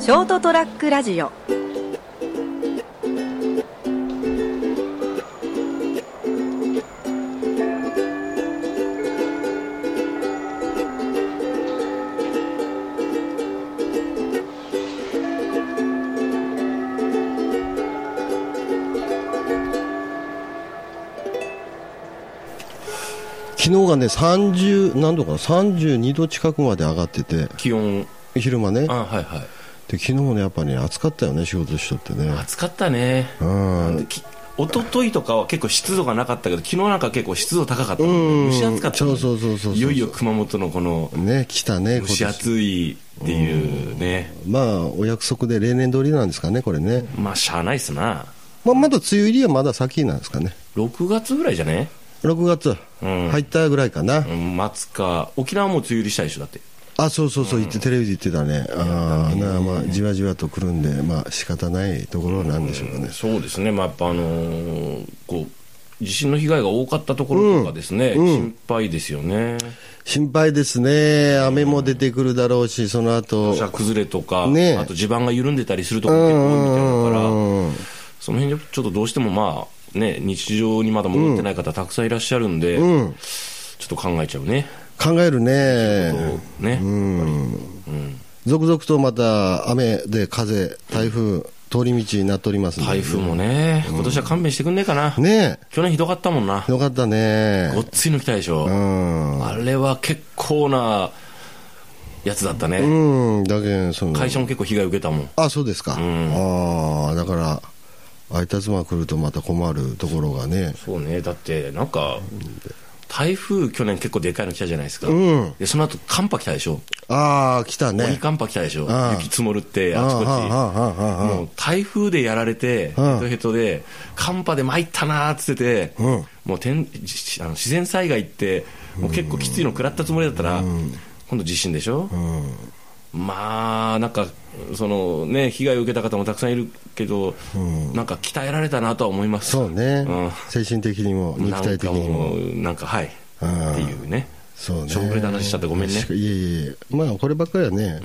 ショートトラックラジオ昨日がね、30何度かな、32度近くまで上がってて、気温昼間ね、あはいはいで昨日もね、やっぱね、暑かったよね、仕事しとってね。暑かったねうん、き一昨日とかは結構湿度がなかったけど昨日なんか結構湿度高かったもんうんね蒸し暑かったもんねそうそうそうそうそういよいよ熊本のこのね、来たね、蒸今し年。暑いっていうねまあ、お約束で例年通りなんですかね、これね。まあしゃあないっすなまあ、まだ梅雨入りはまだ先なんですかね。 6月ぐらいじゃね6月、うん入ったぐらいかな。うん待つか沖縄も梅雨入りしたでしょだってあ、そうそうそう、言って、テレビで言ってたね。ああ、なあまあ、じわじわと来るんで、まあ、仕方ないところなんでしょうかね。そうですねまあやっぱあのーこう地震の被害が多かったところとかですね、心配ですよね心配ですね。雨も出てくるだろうし、その後土。砂崩れとか、ねえあと地盤が緩んでたりするところ結構多いみたいだから、うんその辺でちょっとどうしてもまあ、ね、日常にまだ戻ってない方たくさんいらっしゃるんで、うん。ちょっと考えちゃうね。考えるね。そうね。続々とまた雨で風、台風、通り道になっておりますんで台風もね、今年は勘弁してくんねえかな。ね去年ひどかったもんなえ、。よかったねご。っついの来たでしょ。うん。あれは結構なやつだったね。うん、だけんその。会社も結構被害受けたもん。あ、そうですか。ああ、だから、あいたつま来るとまた困るところがね。そうね、だってなんか、台風去年結構でかいの来たじゃないですか。うんで、その後寒波来たでしょ。ああ、来た鬼ね。寒波来たでしょああ。雪積もるって、ああちこち。あもう台風でやられて、ヘうんトヘトで、寒波で参ったなーっつってて、うんもう天しあの自然災害って、もう結構きついの食らったつもりだったら、今度地震でしょ、まあ、なんか、そのね、被害を受けた方もたくさんいるけど、なんか鍛えられたなとは思います。そうねうん。精神的にも、肉体的にも。なんかもうなんかはい、っうんていうね。そうね。しょんぼりな話しちゃってごめんねいえいえ。まあ、こればっかりはね、ん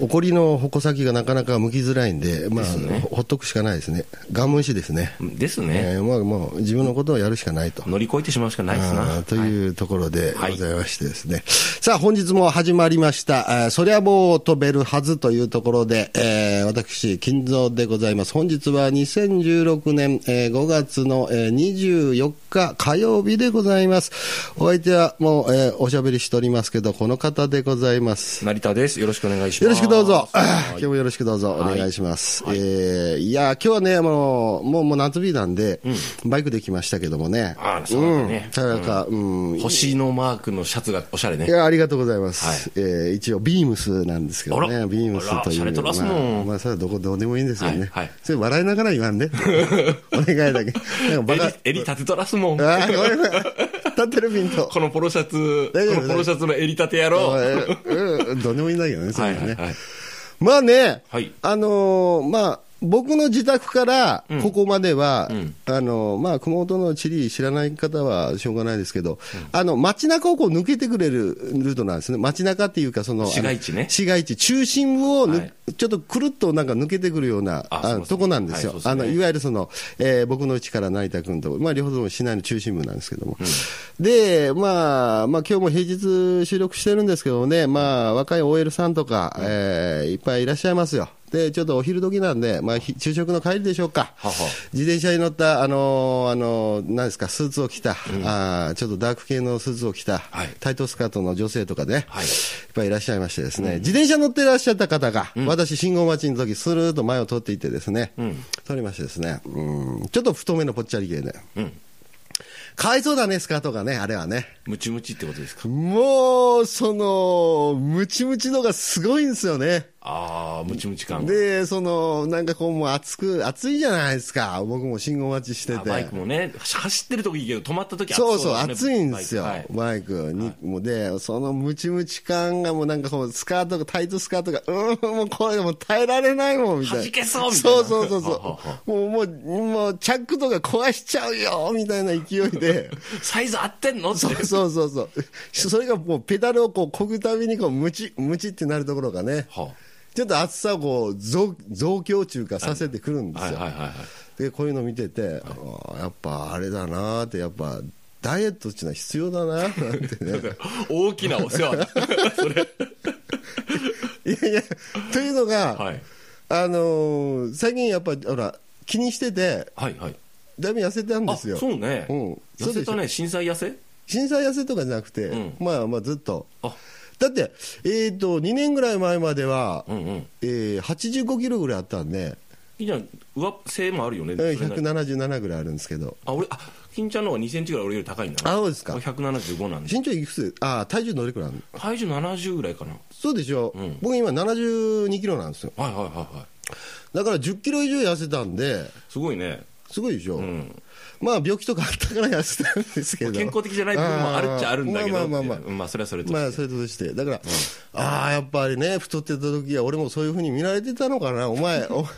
怒りの矛先がなかなか向きづらいんで、まあ、ですねほっとくしかないですね。我慢しですね。ですね。えーまあ、もう自分のことをやるしかないと。乗り越えてしまうしかないですあーな。というところではいございましてですね。さあ、本日も始まりました。あーそりゃ棒を飛べるはずというところで、えー私、金蔵でございます。本日は2016年、え5月の、えー24日火曜日でございます。お相手はもう、えーおしゃべりしておりますけど、この方でございます。成田です。よろしくお願いします。よろしくどうぞ。は今い日もよろしくどうぞお願いします。い、えーいやー、今日はね、もう、もうもう夏日なんで、バイクで来ましたけどもね。あーそうだねんただなんか、うん。い星のマークのシャツがおしゃれね。や、ありがとうございます。はえー一応、ビームスなんですけどあね。らビームスあらという。洒落とらすもんまあ、まあ、それはどこ、どうでもいいんですよね。はいはいそれ笑いながら言わん で。お願いだけ。なんかバ襟カ。襟立てとらすもん。あー、ごめんなさい。立ってるピント。このポロシャツ、大丈夫このポロシャツの襟立てやろう。うん、どうでもいいんだけどね、それはいね。はいはい。まあね、はいあのーまあ、僕の自宅からここまでは、あのーまあ、熊本の地理知らない方はしょうがないですけど、あの、街中をこう抜けてくれるルートなんですね。街中っていうか、その、市街地ねあの市街地、中心部をぬ、はいちょっとくるっとなんか抜けてくるような、ああそうそうとこなんですよ。はいそうあですねの、いわゆるその、えー僕の家から成田君と、まあ、両方とも市内の中心部なんですけども。で、まあ、まあ、今日も平日収録してるんですけどね、まあ、若い OL さんとか、えーいっぱいいらっしゃいますよ。で、ちょっとお昼時なんで、まあ、ひ昼食の帰りでしょうか。はは自転車に乗った、あのーあのー、何ですか、スーツを着た、あーちょっとダーク系のスーツを着た、はいタイトスカートの女性とかね、はいいっぱいいらっしゃいましてですね、自転車乗ってらっしゃった方が、私、信号待ちの時、スルーッと前を通っていってですね、通りましてですね、うんちょっと太めのぽっちゃり系で、うんかわいそうだね、スカートがね、あれはね。ムチムチってことですか。もう、その、ムチムチのがすごいんですよね。ああ、ムチムチ感。で、その、なんかこう、もう暑く、暑いじゃないですか。僕も信号待ちしてあて。バイクもね、走ってる時いいけど、止まった時暑そうそそうう、だね暑いんですよバイ、クバイクに。もうで、そのムチムチ感がもうなんかこう、スカートが、タイトスカートが、うーん、もうこれもう耐えられないもん、みたいな。弾けそうみたいなそうそうそうははそう。もう、もう、もう、チャックとか壊しちゃうよ、みたいな勢い で。はいサイズ合ってんのって。そうそうそう。それがもうペダルをこう、こぐたびにこう、ムチ、ムチってなるところがね。はちょっと暑さをこう増増強中かさせてくるんですよ。はいはいはいはいでこういうの見てて、あーやっぱあれだなーって、やっぱダイエットっていうのは必要だなーなん てね。大きなお世 話だそれいやいや、というのが、はいあのー最近やっぱりほら、気にしてて、はいはいだいぶ痩せたんであすよ。そうね、うん痩せたね震災痩せ震災痩せとかじゃなくて、うんまあまあずっと。あだって、えっ、と、2年ぐらい前までは、うんうんえー85キロぐらいあったんで、いいじゃん上背もあるよねえーそれなり177ぐらいあるんですけど、あ俺あ金ちゃんの方が2センチぐらい俺より高いんだなあそうですか俺175なんで身長いくつあー体重どれくらいあるの体重70ぐらいかなそうでしょ、ん僕今72キロなんですよ。はいはいはいはいだから10キロ以上痩せたんで、すごいねすごいでしょ、うんまあ病気とかあったから痩せたんですけど。健康的じゃない部分もあるっちゃあるんだけどまあまあまあってまいううんまあそれはそれあ。とまあして、それとして、だから、ああ、やっぱりね、太ってた時は、俺もそういうふうに見られてたのかな、お前、 お前、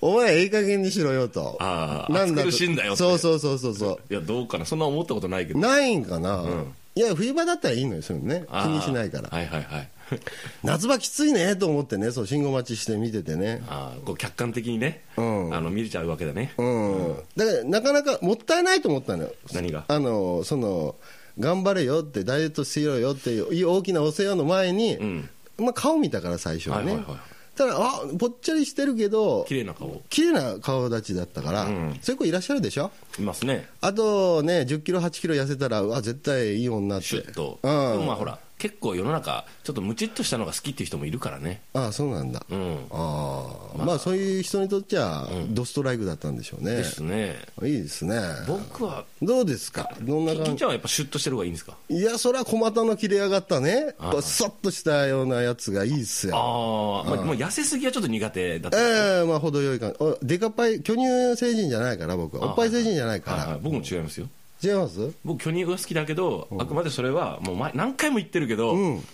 お前、ええ加減にしろよと。ああと暑苦しいんだよってそうそうそうそうそいやどうかなそんな思ったことないけう。どないんかな、んいや、冬場だったらいいのよ、それね。気あーにしないから。はいはいはい 夏場きついね、と思ってね、そう、信号待ちして見ててね。ああこう客観的にね、うんあの見れちゃうわけだね、うん。だから、なかなか、もったいないと思ったのよ。何があの、その、頑張れよって、ダイエットしろよっていう大きなお世話の前に、んまあ、顔見たから最初はね。はいはいはいただ、あ、ぽっちゃりしてるけど、綺麗な顔綺麗な顔立ちだったから、うんそういう子いらっしゃるでしょいますねあとね、10キロ、8キロ痩せたら、うわ、絶対いい女って。シュッと、うでもまあん。ほら結構世の中ちょっとムチっとしたのが好きっていう人もいるからねああ、そうなんだ。うんああ、まあ、そういう人にとっちゃ、ドストライクだったんでしょうねで。すねいいですね。僕はどうですかどんな金感ちじゃんはやっぱシュッとしてる方がいいんですかいや、そりゃ小股の切れ上がったね、ああこうさっとしたようなやつがいいっすよ。ああ、まあ、もう痩せすぎはちょっと苦手だっえた、えまあ、程よい感じ。おデカっぱい、巨乳成人じゃないから、僕は。おっぱい成人じゃないはいはかい、僕も違いますよら。違います僕巨乳が好きだけど、あくまでそれはもう前何回も言ってるけど、うん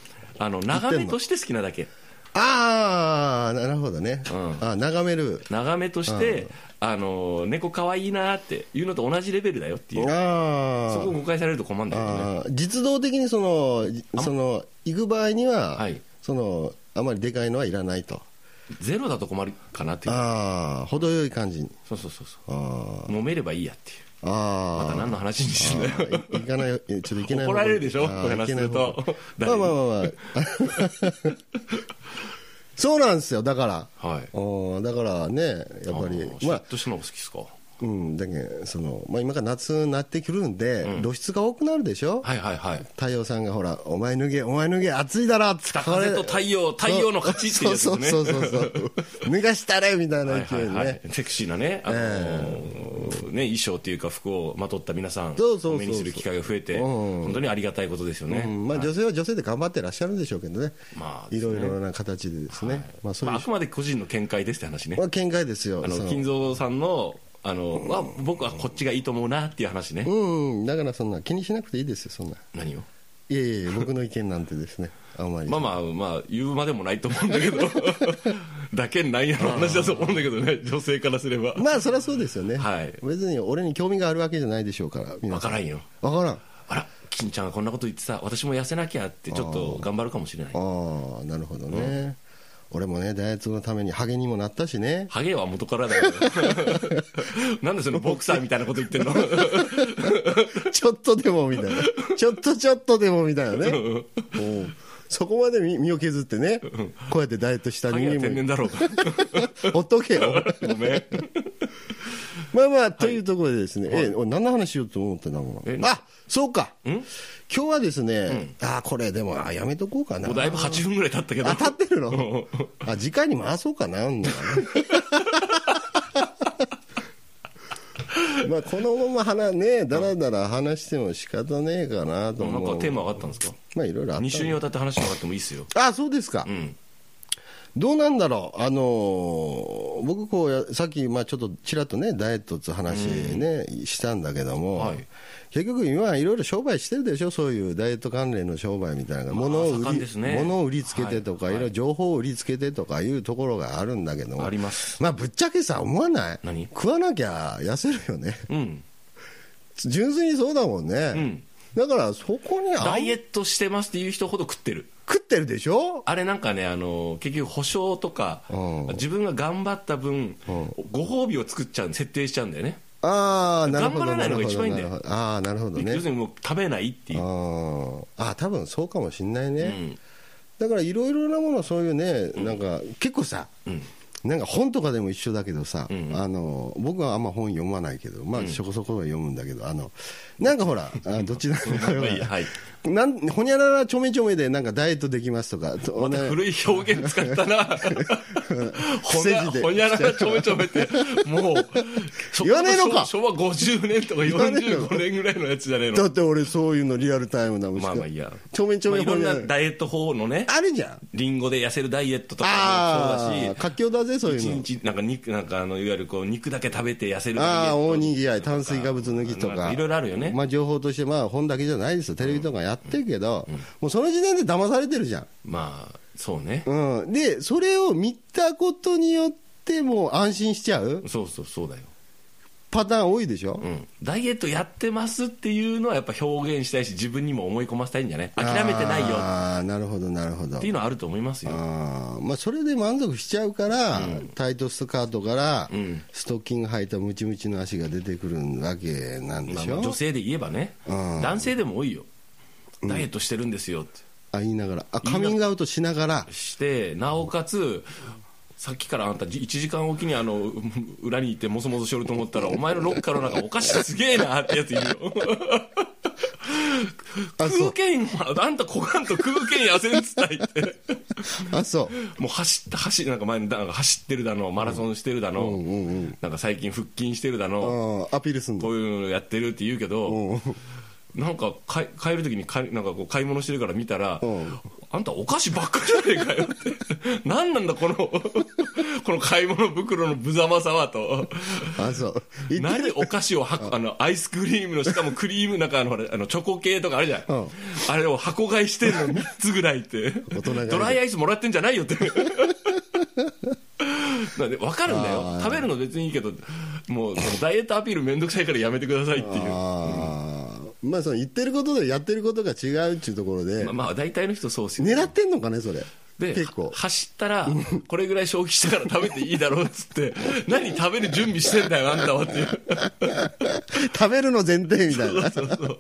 あの眺めとして好きなだけああ、なるほどね。んあ眺める。眺めとして、あの猫可愛いなっていうのと同じレベルだよっていうあそこを誤解されると困るんだけどねあー実動的にその、じその、行く場合には、はいその、あまりでかいのはいらないと。ゼロだと困るかなっていうああ、程よい感じに。そうそうそうそうあ揉めればいいやっていうあ、ああ。また何の話にしてんだよい行かない、えちょっと行けない方怒向。られるでしょあこーういう話する行とけない方向まあまあまあまあ。 そうなんですよ、だから。はいおーだからね、やっぱありの、まシュッあ、としたのが好きですかはうん、だけどその、まあ今から夏になってくるんで、露出が多くなるでしょいはいはい太陽さんがほら、お前脱げ、お前脱げ、暑いだろ、つ北風と太陽太陽の勝ちっていうやつですねそうそうそうそう。 脱がしたれみたいはないは勢いいでね。はい、セクシーなね,、あのーね衣装というか服をまとった皆さんそうそうそうそうお目にする機会が増えて、うん本当にありがたいことですよね、うんまあ、女性は女性で頑張ってらっしゃるんでしょうけどね、まあいろいろな形でですね、まあ、そういう、ままあ、あくまで個人の見解ですって話ねあ、見解ですよ、あのその金蔵さんのあの、まあ、僕はこっちがいいと思うなっていう話ね、うん、だからそんな、気にしなくていいですよ、そんな、何をいやいや、僕の意見なんてですね、あんまり、まあまあまあ言うまでもないと思うんだ けどだけんなんやの話だと思うんだけどね女性からすればまあ、そりゃそうですよね、はい別に俺に興味があるわけじゃないでしょうから、分皆さかん、らんよ分からん、あら金ちゃんがこんなこと言ってさ私も痩せなきゃってちょっと頑張るかもしれないああ、なるほどね、俺もね、ダイエットのために励にもなったしね、 ハゲは元からだよ なんでそのボクサーみたいなこと言ってん のちょっとでもみたいな、ちょっとちょっとでもみたいなね。うんそこまで身身を削ってね、こうやってダイエットした人ハゲは間天も然だろうか ほっとけよ。ごめんまあまあ、というところでですね、え、俺何の話しようと思ってたのえなあ、そうか。今日はですね、あ、これでも、あ、やめとこうかなもう。だいぶ8分ぐらい経ったけど当たってるうんのあ、次回に回そうかな。みたいな まあ、このまま話ね、だらだら話しても仕方ねえかなとなん思かう。テーマ上がったんですかまあ、いろいろあったん2で週にわたって話しなかってもいいっすよあ、そうですか。うんどうなんだろう、あのー僕こうや、さっき、まあ、ちょっとちらっとね、ダイエットって話ね、したんだけども、はい結局、今、いろいろ商売してるでしょ、そういうダイエット関連の商売みたいな、物を売盛んり、ですね物を売りつけてとか、はいいろいろ情報を売りつけてとかいうところがあるんだけども、ありますまあ、ぶっちゃけさ、思わない何食わなきゃ痩せるよね、うん純粋にそうだもんね。うんだからそこにあダんイエットしてますっていう人ほど食ってる。食ってるでしょあれなんかね、あの、結局保証とかうん、自分が頑張った分うん、ご褒美を作っちゃう、設定しちゃうんだよね。ああ、なるほど。頑張らないのが一番いいんだよなるほどああ、なるほどね要。するにもう食べないっていう。あああ多分そうかもしんないね、うんだからいろいろなものそういうねなんか結構さ、なんか本とかでも一緒だけどさ、あの僕はあんま本読まないけどまあそこそこは読むんだけど、あのなんかほ らあどっちだろうまあいいやなはいなんほにゃららちょめちょめでなんかダイエットできますとか、とまた古い表現使ったな。ほにゃ癖字でほにゃららちょめちょめって、もう、そ言わねえのか昭和50年とかわねえのか45年ぐらいのやつじゃねえだの。って俺そういうのリアルタイムだもんまあまあいいや。ちょめちょまあめいほろんにゃなららダイエット法のね、あるじゃんリンゴで痩せるダイエットとかもあそうだあし、活況だぜそういう一の日なんか肉なんかあのいわゆるこう肉だけ食べて痩せるああ、大にぎわい、とか炭水化物抜きとなんか、いろいろあるよね、まあ、情報として、まあ、本だけじゃないですよ、テレビとかやってるけど、もうその時点で騙されてるじゃん。まあそうね、うん、で、それを見たことによって、もう安心しちゃうそうそうそうだよ、パターン多いでしょ、うん、ダイエットやってますっていうのはやっぱ表現したいし自分にも思い込ませたいんじゃない諦めてないよっああ、なるほど、なるほど。ていうのはあると思いますよあーまあ、それで満足しちゃうから、タイトスカートから、んストッキング履いたムチムチの足が出てくるわけなんでまあしまょ、あ女性で言えばね、うん男性でも多いよダイエットしてるんですよってあ言いながらあ、カミングアウトしながら、してなおかつさっきからあんた1時間おきにあのう裏に行ってもそもそしよると思ったらお前のロッカーの中お菓子すげえなってやついるよあそう空券はあんたこがんと空券痩せんっつったいってあそう、もう走った走なんか前になんか走ってるだのマラソンしてるだの、なんか最近腹筋してるだあの、ーアピールすんだこ。ういうのやってるって言うけど、うんなんか買い帰る時に買いなんかこう買い物してるから見たら、んあんたお菓子ばっかりじゃねえかよって、 何なんだ、このこの買い物袋の無様さはと、あ、そう。言って何るお菓子をはあのアイスクリームの、しかもクリーム、なんかあのほらあのチョコ系とかあるじゃん、うんあれを箱買いして んの3つぐらいって大人がいる、ドライアイスもらってんじゃないよって。 なんで分かるんだよあー食べるの別にいいけどもうそのダイエットアピールめんどくさいからやめてくださいっていうあーまあ、その言ってることでやってることが違うっていうところで、まあ、まあ大体の人そうですよ狙ってんのかね、それ。で結構は。走ったらこれぐらい消費したから食べていいだろうっつって 何食べる準備してんだよあんたはっていう食べるの前提みたいな。 そうそう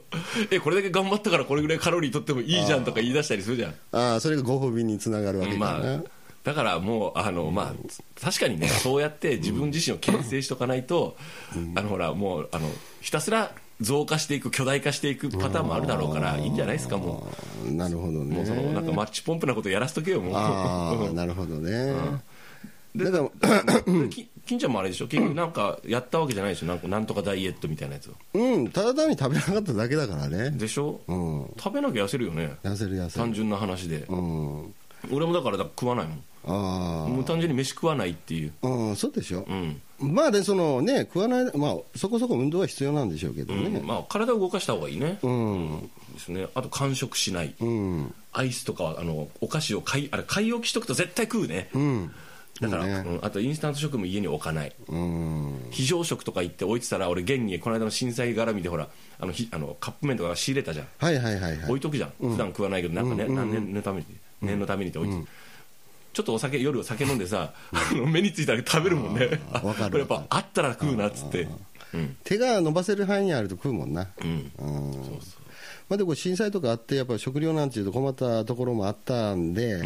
えこれだけ頑張ったからこれぐらいカロリー取ってもいいじゃんとか言い出したりするじゃんああ、それがご褒美につながるわけだな。まあだからもうあの、まあ、確かに ねそうやって自分自身を牽制しておかないと、あのほらもうあのひたすら増加していく巨大化していくパターンもあるだろうからいいんじゃないですかもなるほどうもうそのね。なんかマッチポンプなことやらせとけよもうああ、なるほどね。だから、き金ちゃんもあれでしょ 結局なんかやったわけじゃないでしょなんかなんとかダイエットみたいなやつをうん、ただ単に食べなかっただけだからね。でしょ、うん。食べなきゃ痩せるよね痩せる痩せ単る。純な話で、うん。俺もだからだ食わないもんあもう単純に飯食わないっていうあ。うん、そうでしょう。ん、まあ、で、そのね、食わない、まあ、そこそこ運動は必要なんでしょうけどうんね。まあ体を動かした方がいいね、うん。ですねあと完食しない、うん。アイスとかはあのお菓子を買いあれ買い置きしとくと絶対食うね、うん。だから、そうねうんあとインスタント食も家に置かないうん。非常食とか行って置いてたら俺現にこの間の震災絡みでほらあのひあのカップ麺とか仕入れたじゃんはいはいはいは置いい。とくじゃん、普段食わないけど、なんかね、何年のために、念のためにって置いて、ちょっとお酒、夜お酒飲んでさ、あの目についたら食べるもんね、あーわかる これやっぱあったら食うなっつって、うん、手が伸ばせる範囲にあると食うもんな。うん、うん。そうそまあでも震災とかあって、やっぱり食料なんていうと困ったところもあったんで、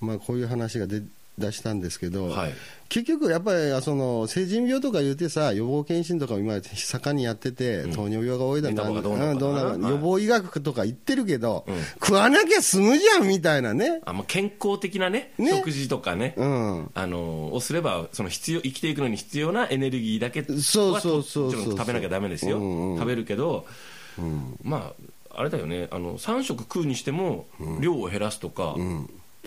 まあこういう話が出出したんですけど、はい結局やっぱりその成人病とか言うてさ、予防検診とかも今、盛んにやってて、糖尿病が多いだメタボがどううなのんかどうななのかはい予防医学とか言ってるけど、うん食わなきゃ済むじゃんみたいなね。あまあ健康的なね、ね食事とかね、うんあのをすれば、その必要生きていくのに必要なエネルギーだけはそうそうそうそうもちろん食べなきゃだめですよ、うんうん食べるけど、まあ、あれだよね、あの3食食うにしても、量を減らすとか。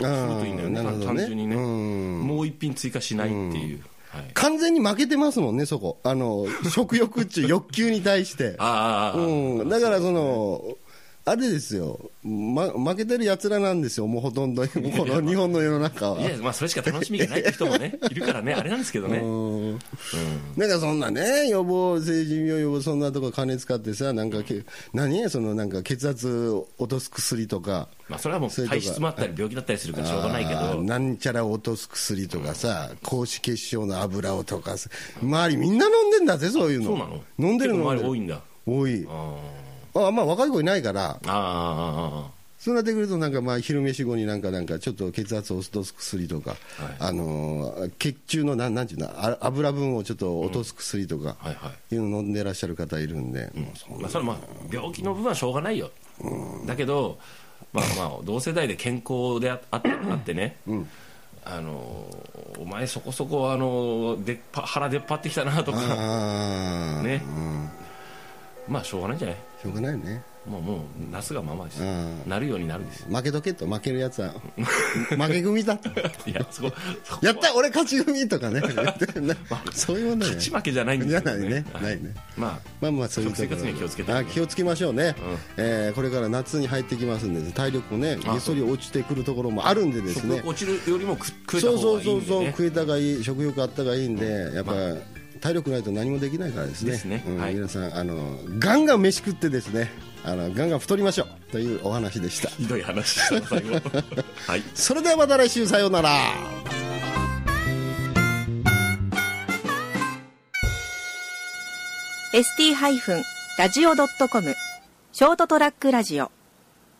あするといいんだよーねなるほど単純にね、うんもう一品追加しないっていう、はい、完全に負けてますもんね、そこ。あの、食欲っていう欲求に対して 。ああああああ、うん。だからその、あれですよ、ま、負けてる奴らなんですよ、もうほとんど、この 日本の世の中は。いや、まあ、それしか楽しみがないって人 もね、いるからね、あれなんですけどね。うんなんかそんなね、予防、成人病予防、そんなとこ金使ってさ、なんかけ、何そのなんか血圧を落とす薬とか、まあ、それはもうそういうとこ体質もあったり、病気だったりするからしょうがないけあーど、なんちゃらを落とす薬とかさ、高脂血症の油を溶かす、周りみんな飲んでんだぜ、そういうの。そうなの飲んでるの結構周り多いんだ。多いあ。ーああんまあ若い子いないから、あー、あーあそうなってくると、なんかまあ昼飯後になんか、なんかちょっと血圧を落とす薬とか、はいあのー血中のなんなんていうの、あ油分をちょっと落とす薬とかー、はいはい。いうの飲んでらっしゃる方いるんで、もうそんなまあ、それはまあ病気の部分はしょうがないよ、だけど、まあ、まあ同世代で健康でああってあってね、あのお前、そこそこあのでっぱ腹出っ張ってきたなとか、あーねうんまあしょうがないんじゃない、しょうがないね。もうもう、なすがままです、うんなるようになるです、負けとけと、負けるやつ は、負け組だと。いやそこそこやった俺勝ち組とか ね。そういうもんだよね勝ち負けじゃないんですけどじゃないねはいないねままあまあそういうとこ食生活には気をつけてあ気をつけましょうね、えーこれから夏に入ってきますんで体力もねあげっそり落ちてくるところもあるんでであ、す食ね欲落ちるよりも食食えたそう方そがうそうそいいんで、ね、う食えたがいい食欲あったがいいんで、やっぱ、体力ないと何もできないからですねですねうんはい皆さんあのガンガン飯食ってですねあのガンガン太りましょうというお話でしたひどい話でし た最後はいそれではまた来週さようなら ST-radio.com ショートトラックラジオ